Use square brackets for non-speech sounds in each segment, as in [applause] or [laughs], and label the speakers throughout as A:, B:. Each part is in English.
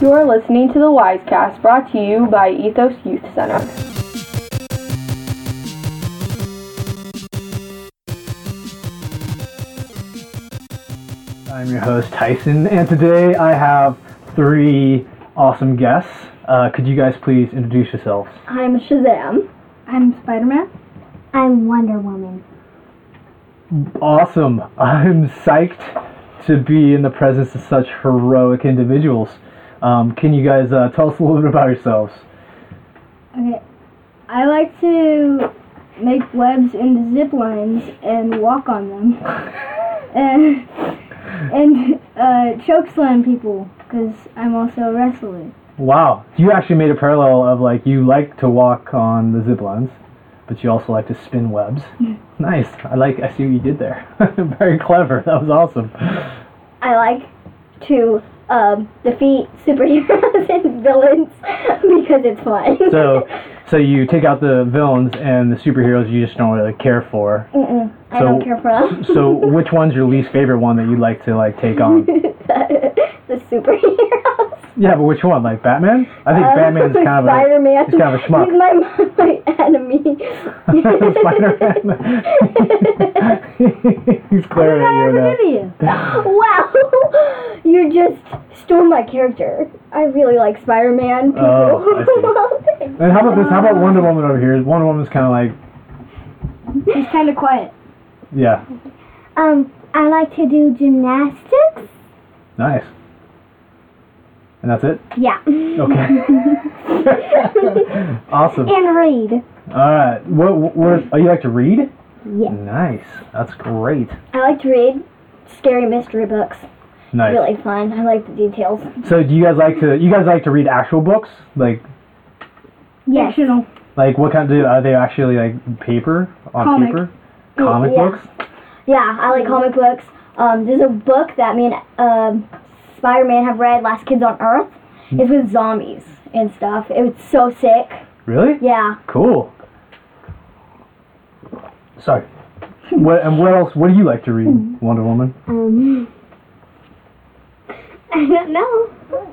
A: You are listening to the Wisecast brought to you by Ethos Youth Center.
B: I'm your host Tyson, and today I have three awesome guests. Uh, could you guys please introduce yourselves?
C: I'm Shazam.
D: I'm Spider Man.
E: I'm Wonder Woman.
B: Awesome! [laughs] I'm psyched to be in the presence of such heroic individuals. Um, can you guys uh, tell us a little bit about yourselves?
D: Okay. I like to make webs into zip lines and walk on them. and and uh, choke slam people because I'm also a wrestler.
B: Wow, you actually made a parallel of like you like to walk on the zip lines, but you also like to spin webs. nice. I like. I see what you did there. [laughs] Very clever. That was awesome.
C: I like to um, defeat
D: [laughs]
C: superheroes and villains because it's fun.
B: So, so you take out the villains and the superheroes you just don't really care for.
C: Mm-mm, I
B: so-
C: don't care for
D: [laughs]
C: them.
B: So, which one's your least favorite one that you like to like take on?
C: the superheroes.
B: Yeah, but which one? Like Batman? I think
E: Uh,
C: Um,
B: Batman's kind of a
C: Spider-Man.
B: he's kind of a schmuck.
C: He's my, my enemy. [laughs]
B: [laughs] Spider-Man. he's
D: What
B: clearer
D: did
B: than
D: I
B: you
D: ever do
B: now.
D: to you?
C: wow, [laughs] you just stole my character. I really like Spider-Man. People
B: Oh, I see.
C: love it.
B: And how about this? How about Wonder Woman over here? Wonder Woman's kind of like,
C: [laughs]
D: He's kind of quiet.
B: yeah,
E: Um, I like to do gymnastics.
B: nice. And that's it.
E: Yeah.
B: Hmm. Okay. [laughs] awesome.
E: and read.
B: All right. What? What? Oh, you like to read?
E: Yeah.
B: Nice. That's great.
C: I like to read scary mystery books.
B: Nice.
C: Really fun. I like the details.
B: So, do you guys like to? You guys like to read actual books? Like,
E: Yes.
D: Fictional.
B: like what kind? Do are they actually like paper on
D: Comic.
B: paper? Comic
C: yeah.
B: books.
C: Yeah, I like comic
E: Mm-hmm.
C: books. Um, there's a book that me and um, Spider-Man have read, Last Kids on Earth.
E: Mm-hmm.
C: It's with zombies and stuff. It was so sick.
B: Really?
C: Yeah.
B: Cool. Sorry. What and what else? What do you like to
C: Mm-hmm.
B: read, Wonder Woman?
E: Um, [laughs] I don't know.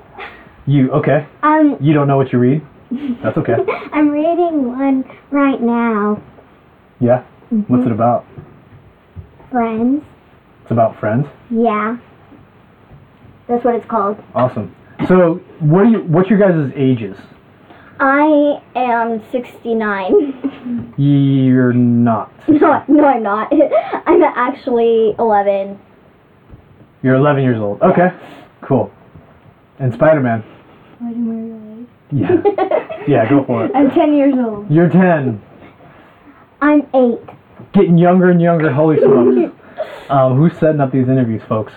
B: You okay?
E: Um,
B: You don't know what you read?
C: [laughs]
B: That's okay.
E: I'm reading one right now.
B: Yeah.
C: Mm-hmm.
B: What's it about?
E: Friends.
B: It's about friends.
E: Yeah. That's what it's called.
B: Awesome. So, what do you? What's your guys' ages?
C: I am 69.
B: You're not.
C: [laughs] no, no, I'm not. [laughs] I'm actually 11.
B: You're 11 years old. Okay. Cool. And Spider-Man.
D: Why do we relate?
B: Yeah. yeah. Go for it.
D: I'm 10 years old.
B: You're 10.
E: I'm eight.
B: Getting younger and younger. Holy smokes.
E: [laughs]
B: Um, who's setting up these interviews, folks?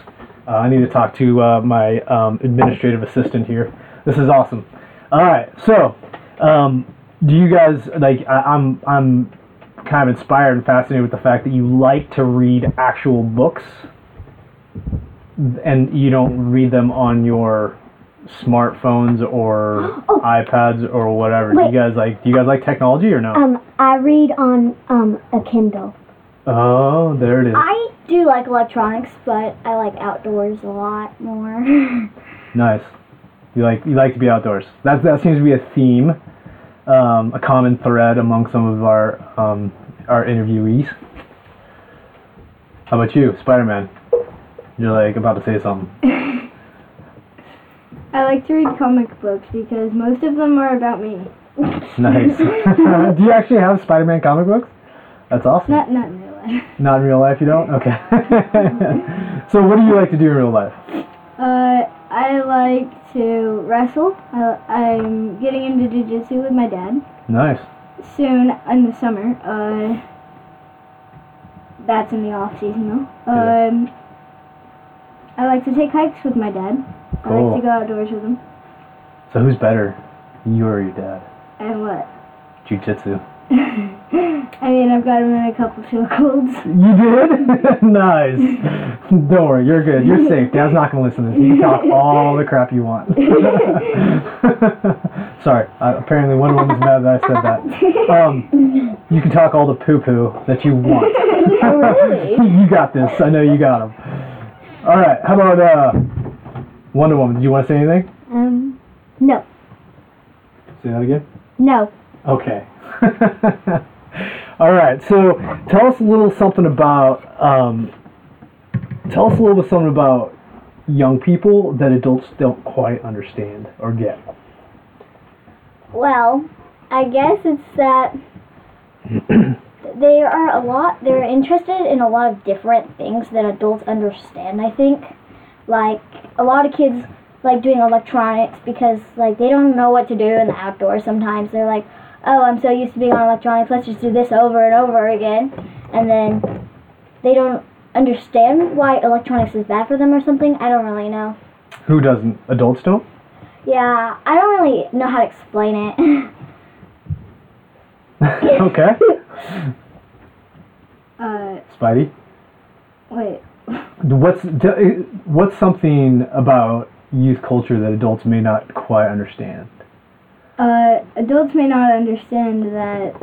B: Uh, I need to talk to uh, my um, administrative assistant here. This is awesome. All right, so um, do you guys like? I, I'm I'm kind of inspired and fascinated with the fact that you like to read actual books, and you don't read them on your smartphones or iPads or whatever. Do
E: Oh. Wait.
B: you guys like? Do you guys like technology or no?
E: Um, I read on um a Kindle.
B: oh, there it is.
C: I do like electronics, but I like outdoors a lot more.
B: Nice. You like you like to be outdoors. That that seems to be a theme, um, a common thread among some of our um, our interviewees. How about you, Spider Man? You're like about to say something.
D: [laughs] I like to read comic books because most of them are about me.
B: Nice. [laughs] Do you actually have Spider Man comic books? That's awesome.
D: Not not in real life. [laughs]
B: Not in real life, you don't. Okay. [laughs] so what do you like to do in real life?
D: Uh, I like to wrestle. I, I'm getting into jujitsu with my dad
B: Nice.
D: soon in the summer. Uh, that's in the off season though.
B: Yeah.
D: Um, I like to take hikes with my dad. I
B: Cool.
D: like to go outdoors with him.
B: So who's better, you or your dad?
D: And what?
B: Jiu Jitsu.
D: I mean, I've got him in a couple [laughs] chill colds.
B: You did? [laughs] nice. Don't worry, you're good. You're safe. Dad's not gonna listen to this. You can talk all the crap you want. [laughs] Sorry. Uh, apparently, one woman's mad that I said that. Um, you can talk all the poo-poo that you want. [laughs] you got this. I know you got 'em. All right. How about uh, Wonder Woman? Did you want to say anything?
E: Um,
B: Say that again.
C: No.
B: Okay. [laughs] All right. So tell us a little something about. Um, tell us a little bit something about young people that adults don't quite understand or get.
E: Well, I guess it's that they are a lot, they're interested in a lot of different things that adults understand, I think. Like, a lot of kids like doing electronics because, like, they don't know what to do in the outdoors sometimes. They're like, oh, I'm so used to being on electronics, let's just do this over and over again. And then they don't understand why electronics is bad for them or something. I don't really know.
B: Who doesn't? Adults don't.
E: Yeah, I don't really know how to explain it.
B: [laughs]
E: [laughs]
B: okay.
D: Uh,
B: Spidey,
D: wait.
B: what's t- what's something about youth culture that adults may not quite understand?
D: Uh, adults may not understand that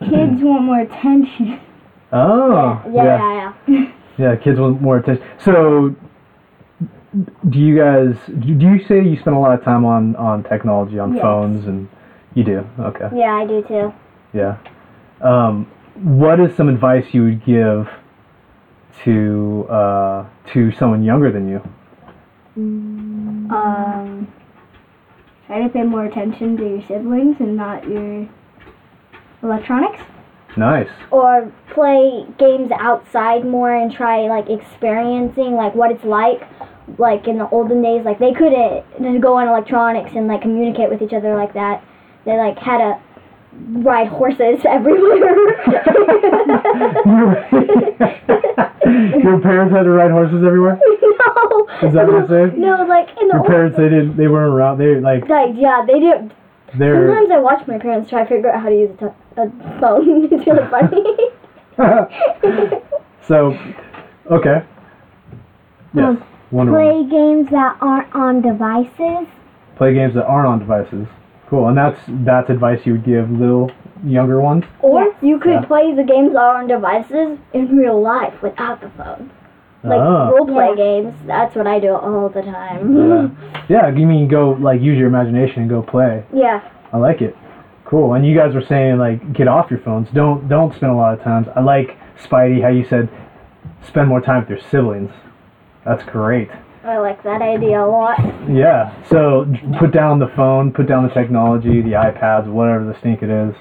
D: kids want more attention.
B: Oh,
E: [laughs] yeah, yeah, yeah.
B: Yeah, kids want more attention. So, do you guys? Do do you say you spend a lot of time on on technology, on
D: Yes.
B: phones, and you do? Okay,
E: Yeah, I do too.
B: yeah. Um, what is some advice you would give to uh, to someone younger than you?
D: Um, try to pay more attention to your siblings and not your electronics.
B: Nice. [laughs]
E: Or play games outside more and try like experiencing like what it's like like in the olden days like they couldn't go on electronics and like communicate with each other like that. They like had to ride horses [laughs] everywhere.
B: Your parents had to ride horses everywhere.
E: no.
B: Is that what you're saying?
E: No, like in the
B: Your
E: old-
B: parents they didn't they weren't around. They like
E: like yeah, they didn't
B: they're.
E: Sometimes I watch my parents try to figure out how to use a, t- a phone. [laughs] it's really funny.
B: [laughs] so, okay. Yes. Wonderful.
E: play games that aren't on devices.
B: Play games that aren't on devices. Cool. And that's that's advice you would give little younger ones.
E: Or you could
B: Yeah.
E: play the games that are on devices in real life without the phone. Like
B: Ah.
E: [laughs] role play games. That's what I do all the
B: Yeah.
E: time.
B: yeah. You mean go like use your imagination and go play.
E: [laughs] Yeah.
B: I like it. Cool. And you guys were saying like get off your phones. Don't don't spend a lot of time. I like Spidey how you said spend more time with your siblings. That's great.
E: I like that idea a lot.
B: Yeah. So j- put down the phone, put down the technology, the iPads, whatever the stink it is,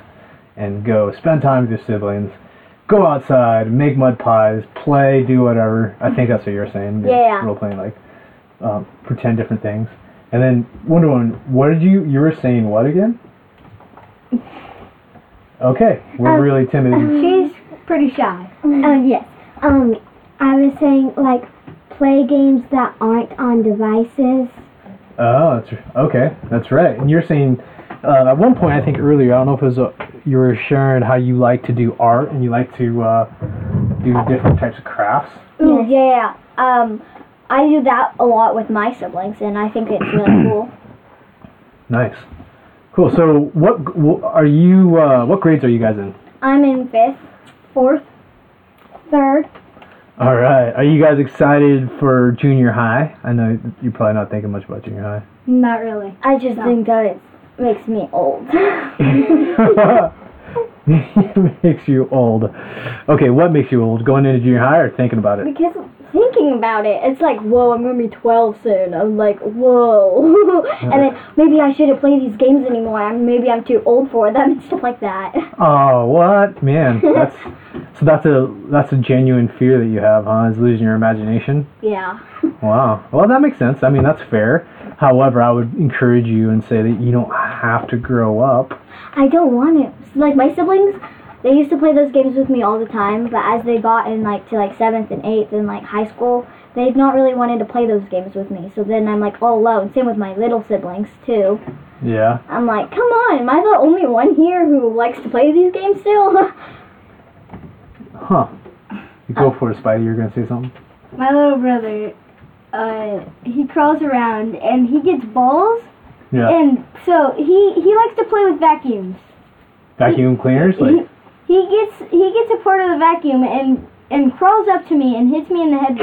B: and go spend time with your siblings. Go outside, make mud pies, play, do whatever. I think that's what you're saying.
E: Yeah, yeah.
B: Role playing, like um, pretend different things. And then Wonder Woman, what did you you were saying? What
E: [laughs]
B: again? Okay, we're
E: Um,
B: really timid.
E: Mm.
D: She's pretty shy.
E: Oh yes. Um, I was saying like play games that aren't on devices.
B: Oh, that's r- okay. That's right. And you're saying uh, at one point, I think earlier, I don't know if it was uh you were sharing how you like to do art and you like to uh, do different types of crafts.
E: Ooh, yeah, yeah. Um, I do that a lot with my siblings, and I think it's
B: [clears throat]
E: really cool.
B: Nice, cool. So, what g- wh- are you? Uh, what grades are you guys in?
E: I'm in fifth, fourth, third.
B: All right. Are you guys excited for junior high? I know you're probably not thinking much about junior high.
D: Not really.
E: I just think that it makes me old.
B: [laughs] makes you old. Okay, what makes you old? Going into junior high or thinking about it?
E: because thinking about it, it's like, whoa, I'm gonna be 12 soon. I'm like, whoa. [laughs] and then maybe I shouldn't play these games anymore. I'm, maybe I'm too old for them and [laughs] stuff like that.
B: Oh, what man? That's so. That's a that's a genuine fear that you have, huh? Is losing your imagination.
E: Yeah.
B: Wow. Well, that makes sense. I mean, that's fair. However, I would encourage you and say that you don't have to grow up.
E: I don't want to. Like my siblings, they used to play those games with me all the time. But as they got in like to like seventh and eighth and like high school, they've not really wanted to play those games with me. So then I'm like all alone. Same with my little siblings too.
B: Yeah.
E: I'm like, come on, am I the only one here who likes to play these games still? [laughs]
B: Huh. You go for it, Spidey. You're gonna say something.
D: My little brother, uh, he crawls around and he gets balls,
B: Yeah.
D: and so he he likes to play with vacuums.
B: Vacuum cleaners. Like. [laughs]
D: He gets he gets a part of the vacuum and and crawls up to me and hits me in the head.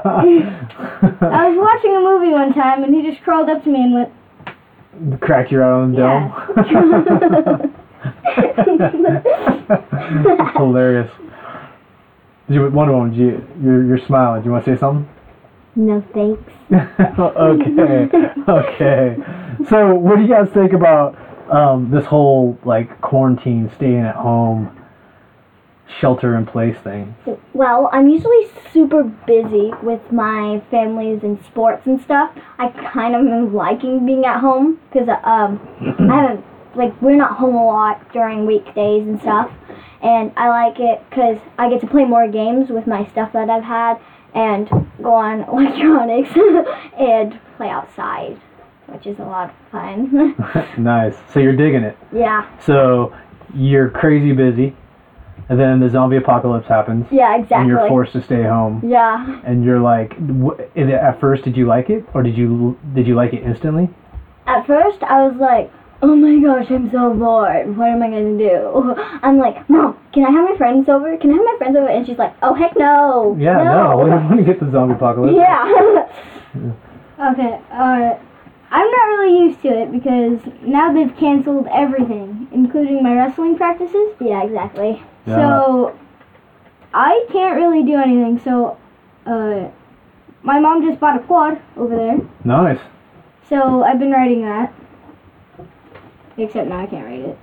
D: I was watching a movie one time and he just crawled up to me and went,
B: crack you out on the dome. That's hilarious. Did you, one of them, did you, you're, you're smiling. Do you want to say something? [laughs]
E: No thanks.
B: okay, okay. So, what do you guys think about um, this whole like quarantine, staying at home, shelter in place thing? [laughs]
E: Well, I'm usually super busy with my families and sports and stuff. I kind of am liking being at home because um,
B: [clears throat]
E: I haven't like we're not home a lot during weekdays and stuff, and I like it because I get to play more games with my stuff that I've had and go on [laughs] electronics and play outside, which is a lot of fun. [laughs]
B: nice. So you're digging it.
E: yeah,
B: So you're crazy busy, and then the zombie apocalypse happens,
E: yeah,
B: and
E: exactly.
B: you're forced to stay home.
E: yeah,
B: And you're like, wh- and at first, did you like it, or did you did you like it instantly?
E: at first I was like, oh my gosh, I'm so bored. What am I gonna do? [laughs] I'm like, mom, can I have my friends over? Can I have my friends over? And she's like, oh heck no.
B: Yeah, no,
E: [laughs]
B: we don't want to get the zombie apocalypse.
E: Yeah.
D: Okay, uh, I'm not really used to it because now they've canceled everything, including my wrestling practices.
E: yeah, exactly.
B: Yeah.
D: So I can't really do anything. So uh, my mom just bought a quad over there,
B: Nice. [laughs]
D: so I've been writing that. Except now I can't write it.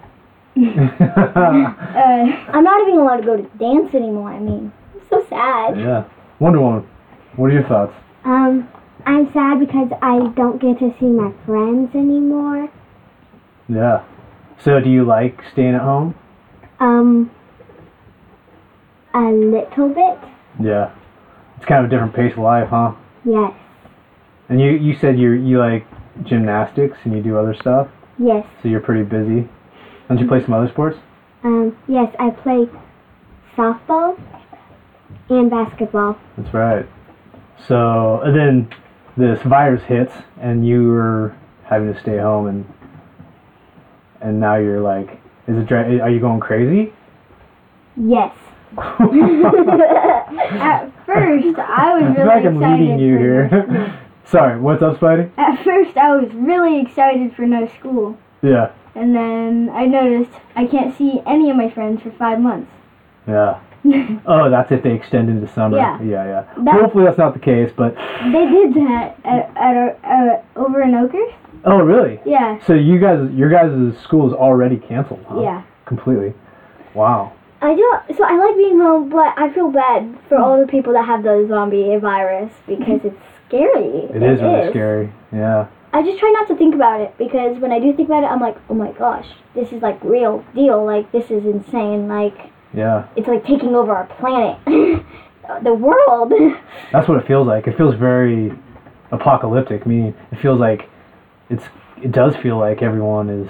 B: yeah.
D: Uh,
E: I'm not even allowed to go to dance anymore. I mean, it's so sad.
B: Wonder Woman. What are your thoughts?
F: Um, I'm sad because I don't get to see my friends anymore.
B: Yeah. So do you like staying at home?
F: Um, a little bit.
B: Yeah. It's kind of a different pace of life, huh?
F: Yes,
B: And you you said you you like gymnastics and you do other stuff,
F: yes.
B: so you're pretty busy. Don't you play some other sports?
F: Um, yes, I play softball and basketball.
B: That's right. So and then this virus hits and you were having to stay home and and now you're like, is it dra- are you going crazy? [laughs]
F: Yes.
D: at first, I was
B: I feel like
D: really
B: I'm leading
D: excited.
B: you
D: for,
B: [laughs] here. Sorry, what's up, Spidey?
D: At first, I was really excited for no school,
B: Yeah,
D: and then I noticed I can't see any of my friends for five months. [laughs]
B: yeah. oh, that's if they extend into summer.
D: Yeah.
B: yeah. yeah.
D: That-
B: Hopefully that's not the case, but
D: They did that at, at our, uh, over in Oakers.
B: oh, really?
D: Yeah,
B: So you guys, your guys' school is already canceled. Huh?
D: yeah.
B: Completely. Wow.
E: I do. So I like being home, but I feel bad for all the people that have the zombie virus because it's scary.
B: it is really scary. Yeah.
E: I just try not to think about it because when I do think about it, I'm like, oh my gosh, this is like real deal. Like this is insane. Like
B: Yeah.
E: it's like taking over our planet, [laughs] the world.
D: [laughs]
B: That's what it feels like. It feels very apocalyptic. Meaning, it feels like it's. It does feel like everyone is.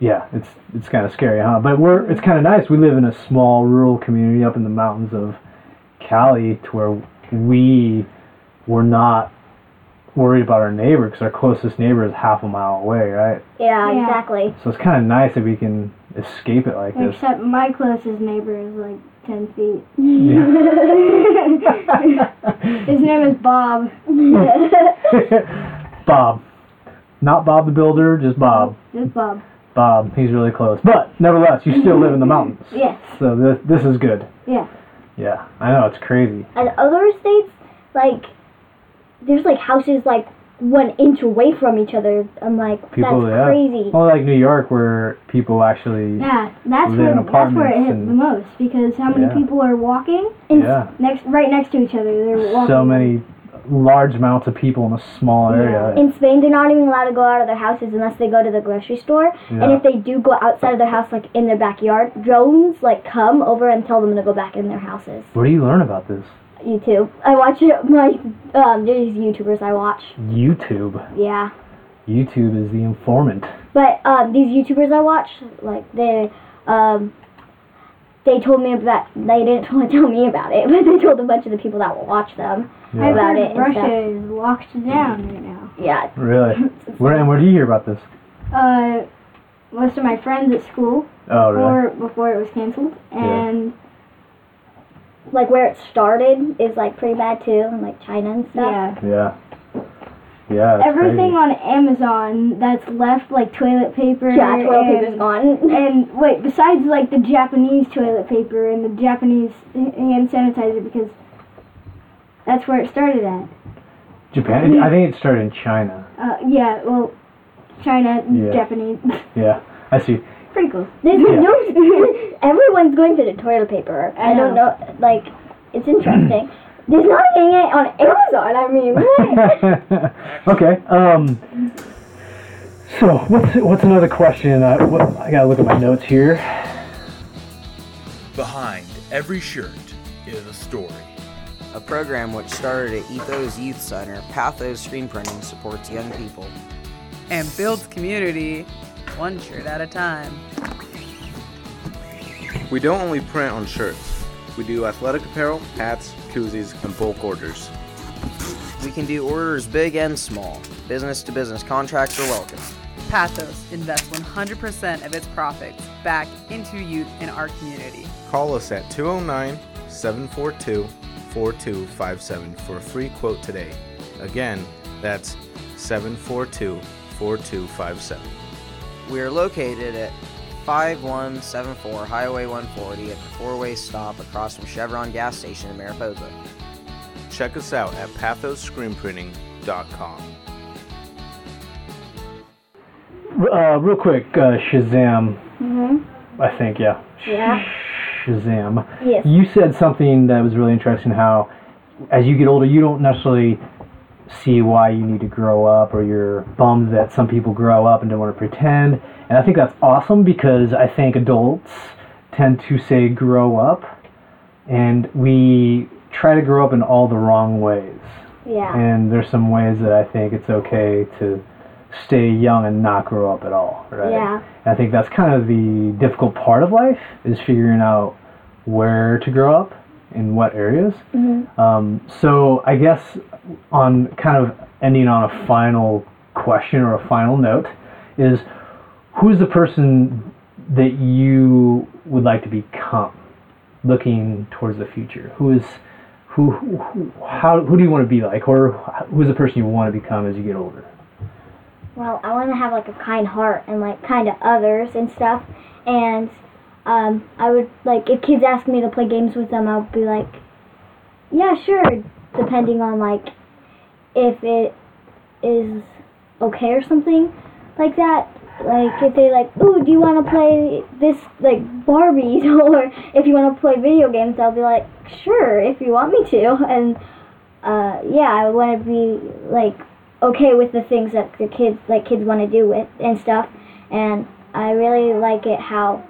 B: Yeah, it's it's kind of scary, huh? But we're it's kind of nice. We live in a small rural community up in the mountains of Cali, to where we were not worried about our neighbor because our closest neighbor is half a mile away, right?
E: yeah,
D: Yeah.
E: exactly.
B: So it's kind of nice that we can escape it like this.
D: Except my closest neighbor is like 10
E: [laughs]
D: feet.
B: Yeah.
D: His name is Bob.
B: [laughs] Bob. Not Bob the Builder, just Bob.
D: Just Bob.
B: Bob, he's really close. But nevertheless, you still live in the mountains.
D: [laughs] Yes.
B: So this this is good.
D: Yeah.
B: Yeah. I know it's crazy.
E: And other states, like there's like houses like one inch away from each other. I'm like,
B: People
E: that's
B: yeah.
E: crazy.
B: Well like New York where people actually
D: Yeah, that's
B: Live
D: where
B: in
D: that's where it
B: apartments
D: hit
B: and-
D: the most because how many
B: Yeah.
D: people are walking
B: Yeah.
D: next right next to each other. They're walking.
B: So many large amounts of people in a small area.
E: In Spain, they're not even allowed to go out of their houses unless they go to the grocery store. And
B: Yeah.
E: if they do go outside of their house, like in their backyard, drones like come over and tell them to go back in their houses.
B: Where do you learn about this?
E: YouTube. I watch it. [laughs] My um, there's YouTubers I watch.
B: YouTube.
E: Yeah,
B: YouTube is the informant.
E: but um, these YouTubers I watch, like they um, they told me about. They didn't [laughs] tell me about it, [laughs] but they told a bunch of the people that will watch them.
D: I've
B: Yeah.
E: about
D: heard
E: it and
D: Russia
E: stuff.
D: is locked down right now.
E: Yeah,
D: [laughs]
B: Really? Where and where do you hear about this?
D: Uh, most of my friends at school
B: Oh really?
D: or before it was canceled, and
E: like where it started is like pretty bad too, and like China and stuff.
D: yeah.
B: Yeah. Yeah. it's
D: Everything
B: crazy.
D: on Amazon that's left, like toilet paper.
E: Yeah, toilet
D: and-
E: paper's gone.
D: And wait, besides like the Japanese toilet paper and the Japanese h- hand sanitizer, because that's where it started at.
B: Japan. I think it started in China.
D: Uh, yeah, well, China,
B: Yeah.
D: Japanese, [laughs]
B: Yeah, I see.
D: pretty close. [laughs]
E: There's
B: Yeah.
E: no. everyone's going for the toilet paper. I,
D: I
E: don't know. Like, it's interesting. There's not getting it on Amazon. I mean,
D: [laughs]
E: what?
B: [laughs] okay. Um. So what's what's another question? Uh, what, I gotta look at my notes here.
G: Behind every shirt is a story.
H: a program which started at Ethos Youth Center, Pathos Screen Printing supports young people.
I: and builds community one shirt at a time.
J: We don't only print on shirts. We do athletic apparel, hats, koozies, and bulk orders.
H: We can do orders big and small. Business to business contracts are welcome.
I: Pathos invests 100% of its profits back into youth in our community.
J: Call us at 209 742 4257 for a free quote today. Again, that's 742 4257.
H: We are located at 5174 Highway 140 at the four way stop across from Chevron Gas Station in Mariposa.
J: Check us out at pathoscreenprinting.com.
B: Uh, real quick, uh, Shazam. Mm-hmm. I think yeah.
E: Yeah.
B: Shazam.
E: Yes.
B: You said something that was really interesting. How, as you get older, you don't necessarily see why you need to grow up, or you're bummed that some people grow up and don't want to pretend. And I think that's awesome because I think adults tend to say grow up, and we try to grow up in all the wrong ways.
E: Yeah.
B: And there's some ways that I think it's okay to stay young and not grow up at all, right?
E: Yeah.
B: And I think that's kind of the difficult part of life is figuring out where to grow up in what areas. Um, so I guess on kind of ending on a final question or a final note is who's the person that you would like to become looking towards the future? Who is who, who who- how who do you want to be like or who's the person you want to become as you get older?
E: Well, I want to have like a kind heart and like kind of others and stuff. And um, I would like if kids ask me to play games with them, I'll be like, yeah, sure, depending on like if it is okay or something like that. Like if they like, ooh, do you want to play this like Barbies [laughs] or if you want to play video games, I'll be like, sure, if you want me to. And uh, yeah, I want to be like okay with the things that the kids like kids want to do with and stuff and i really like it how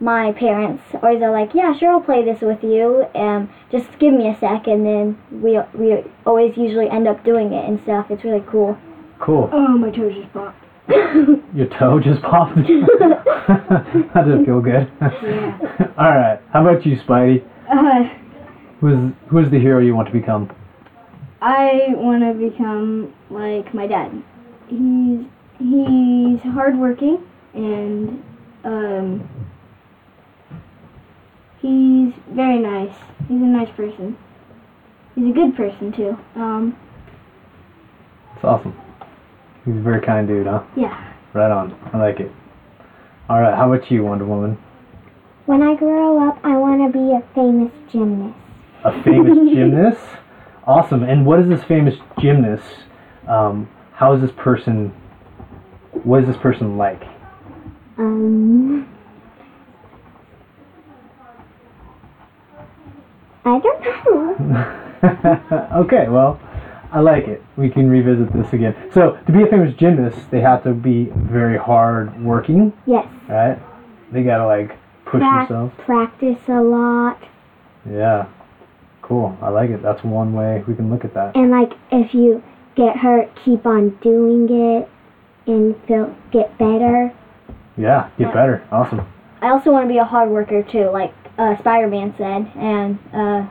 E: my parents always are like yeah sure i'll play this with you um just give me a sec and then we we always usually end up doing it and stuff it's really cool
B: Cool.
D: Oh, my toes just popped.
B: [laughs] Your toe just
D: [laughs]
B: popped. that didn't feel good. [laughs] All right. How about you, Spidey?
D: Uh,
B: Who's who's the hero you want to become?
D: I want to become like my dad. He's he's hardworking and um, he's very nice. He's a nice person. He's a good person too. Um,
B: It's awesome. He's a very kind dude, huh?
D: yeah.
B: Right on. I like it. All right. How about you, Wonder Woman?
F: When I grow up, I want to be a famous gymnast.
B: A
D: [laughs]
B: famous gymnast. Awesome. And what is this famous gymnast? Um, how is this person? What is this person like?
F: Um, I don't know.
B: [laughs] okay, well, I like it. We can revisit this again. So, to be a famous gymnast, they have to be very hard working,
F: Yes,
B: right? They gotta like push
F: prac-
B: themselves.
F: practice a lot,
B: Yeah, cool. I like it. That's one way we can look at that.
F: and like if you get hurt, keep on doing it, and feel get better.
B: Yeah, get better. Awesome.
E: i also want to be a hard worker too like uh spider-man said and uh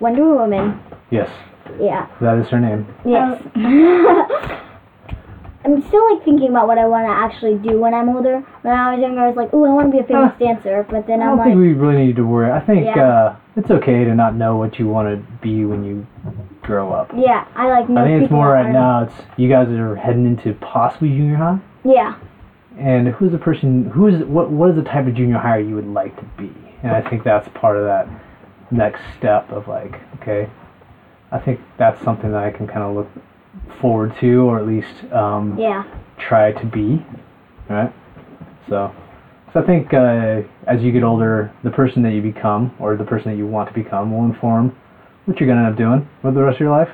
E: wonder woman
B: Yes,
E: yeah
B: that is her name.
E: Yes. [laughs] I'm still like thinking about what I want to actually do when I'm older. When I was younger, I was like, "Ooh, I want to be a famous dancer," but then
B: I
E: I'm
B: don't think
E: like,
B: we really need to worry. I think
E: Yeah.
B: uh, it's okay to not know what you want to be when you grow up.
E: Yeah, I like. know
B: I think it's
E: people
B: more
E: that
B: right
E: are-
B: now. It's you guys are heading into possibly junior high.
E: Yeah,
B: And who's the person? Who is what? What is the type of junior higher you would like to be? And I think that's part of that next step of like, okay, I think that's something that I can kind of look forward to, or at least um,
E: yeah.
B: try to be, right? So, so I think uh, as you get older, the person that you become or the person that you want to become will inform what you're gonna end up doing for the rest of your life,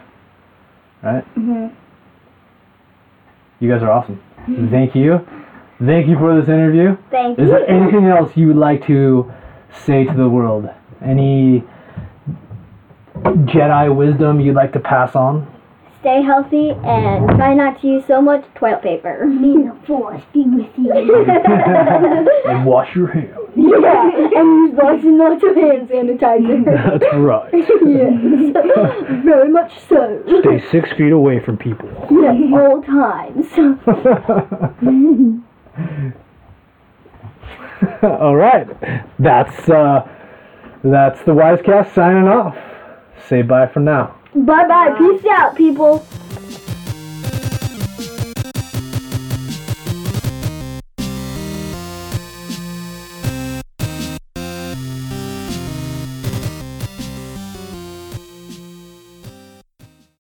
B: right?
E: hmm
B: You guys are awesome. Thank you, thank you for this interview.
E: Thank
B: Is
E: you.
B: there anything else you would like to say to the world? Any Jedi wisdom you'd like to pass on?
E: Stay healthy and try not to use so much toilet paper.
F: May the force be with you.
B: and wash your hands.
A: Yeah, and use lots and lots of hand sanitizer.
B: That's right.
A: yes, very much so.
B: Stay six feet away from people. [laughs]
A: Yes, all times.
B: All right, that's uh, that's the Wisecast signing off. Say bye for now.
E: Bye bye. Peace out, people.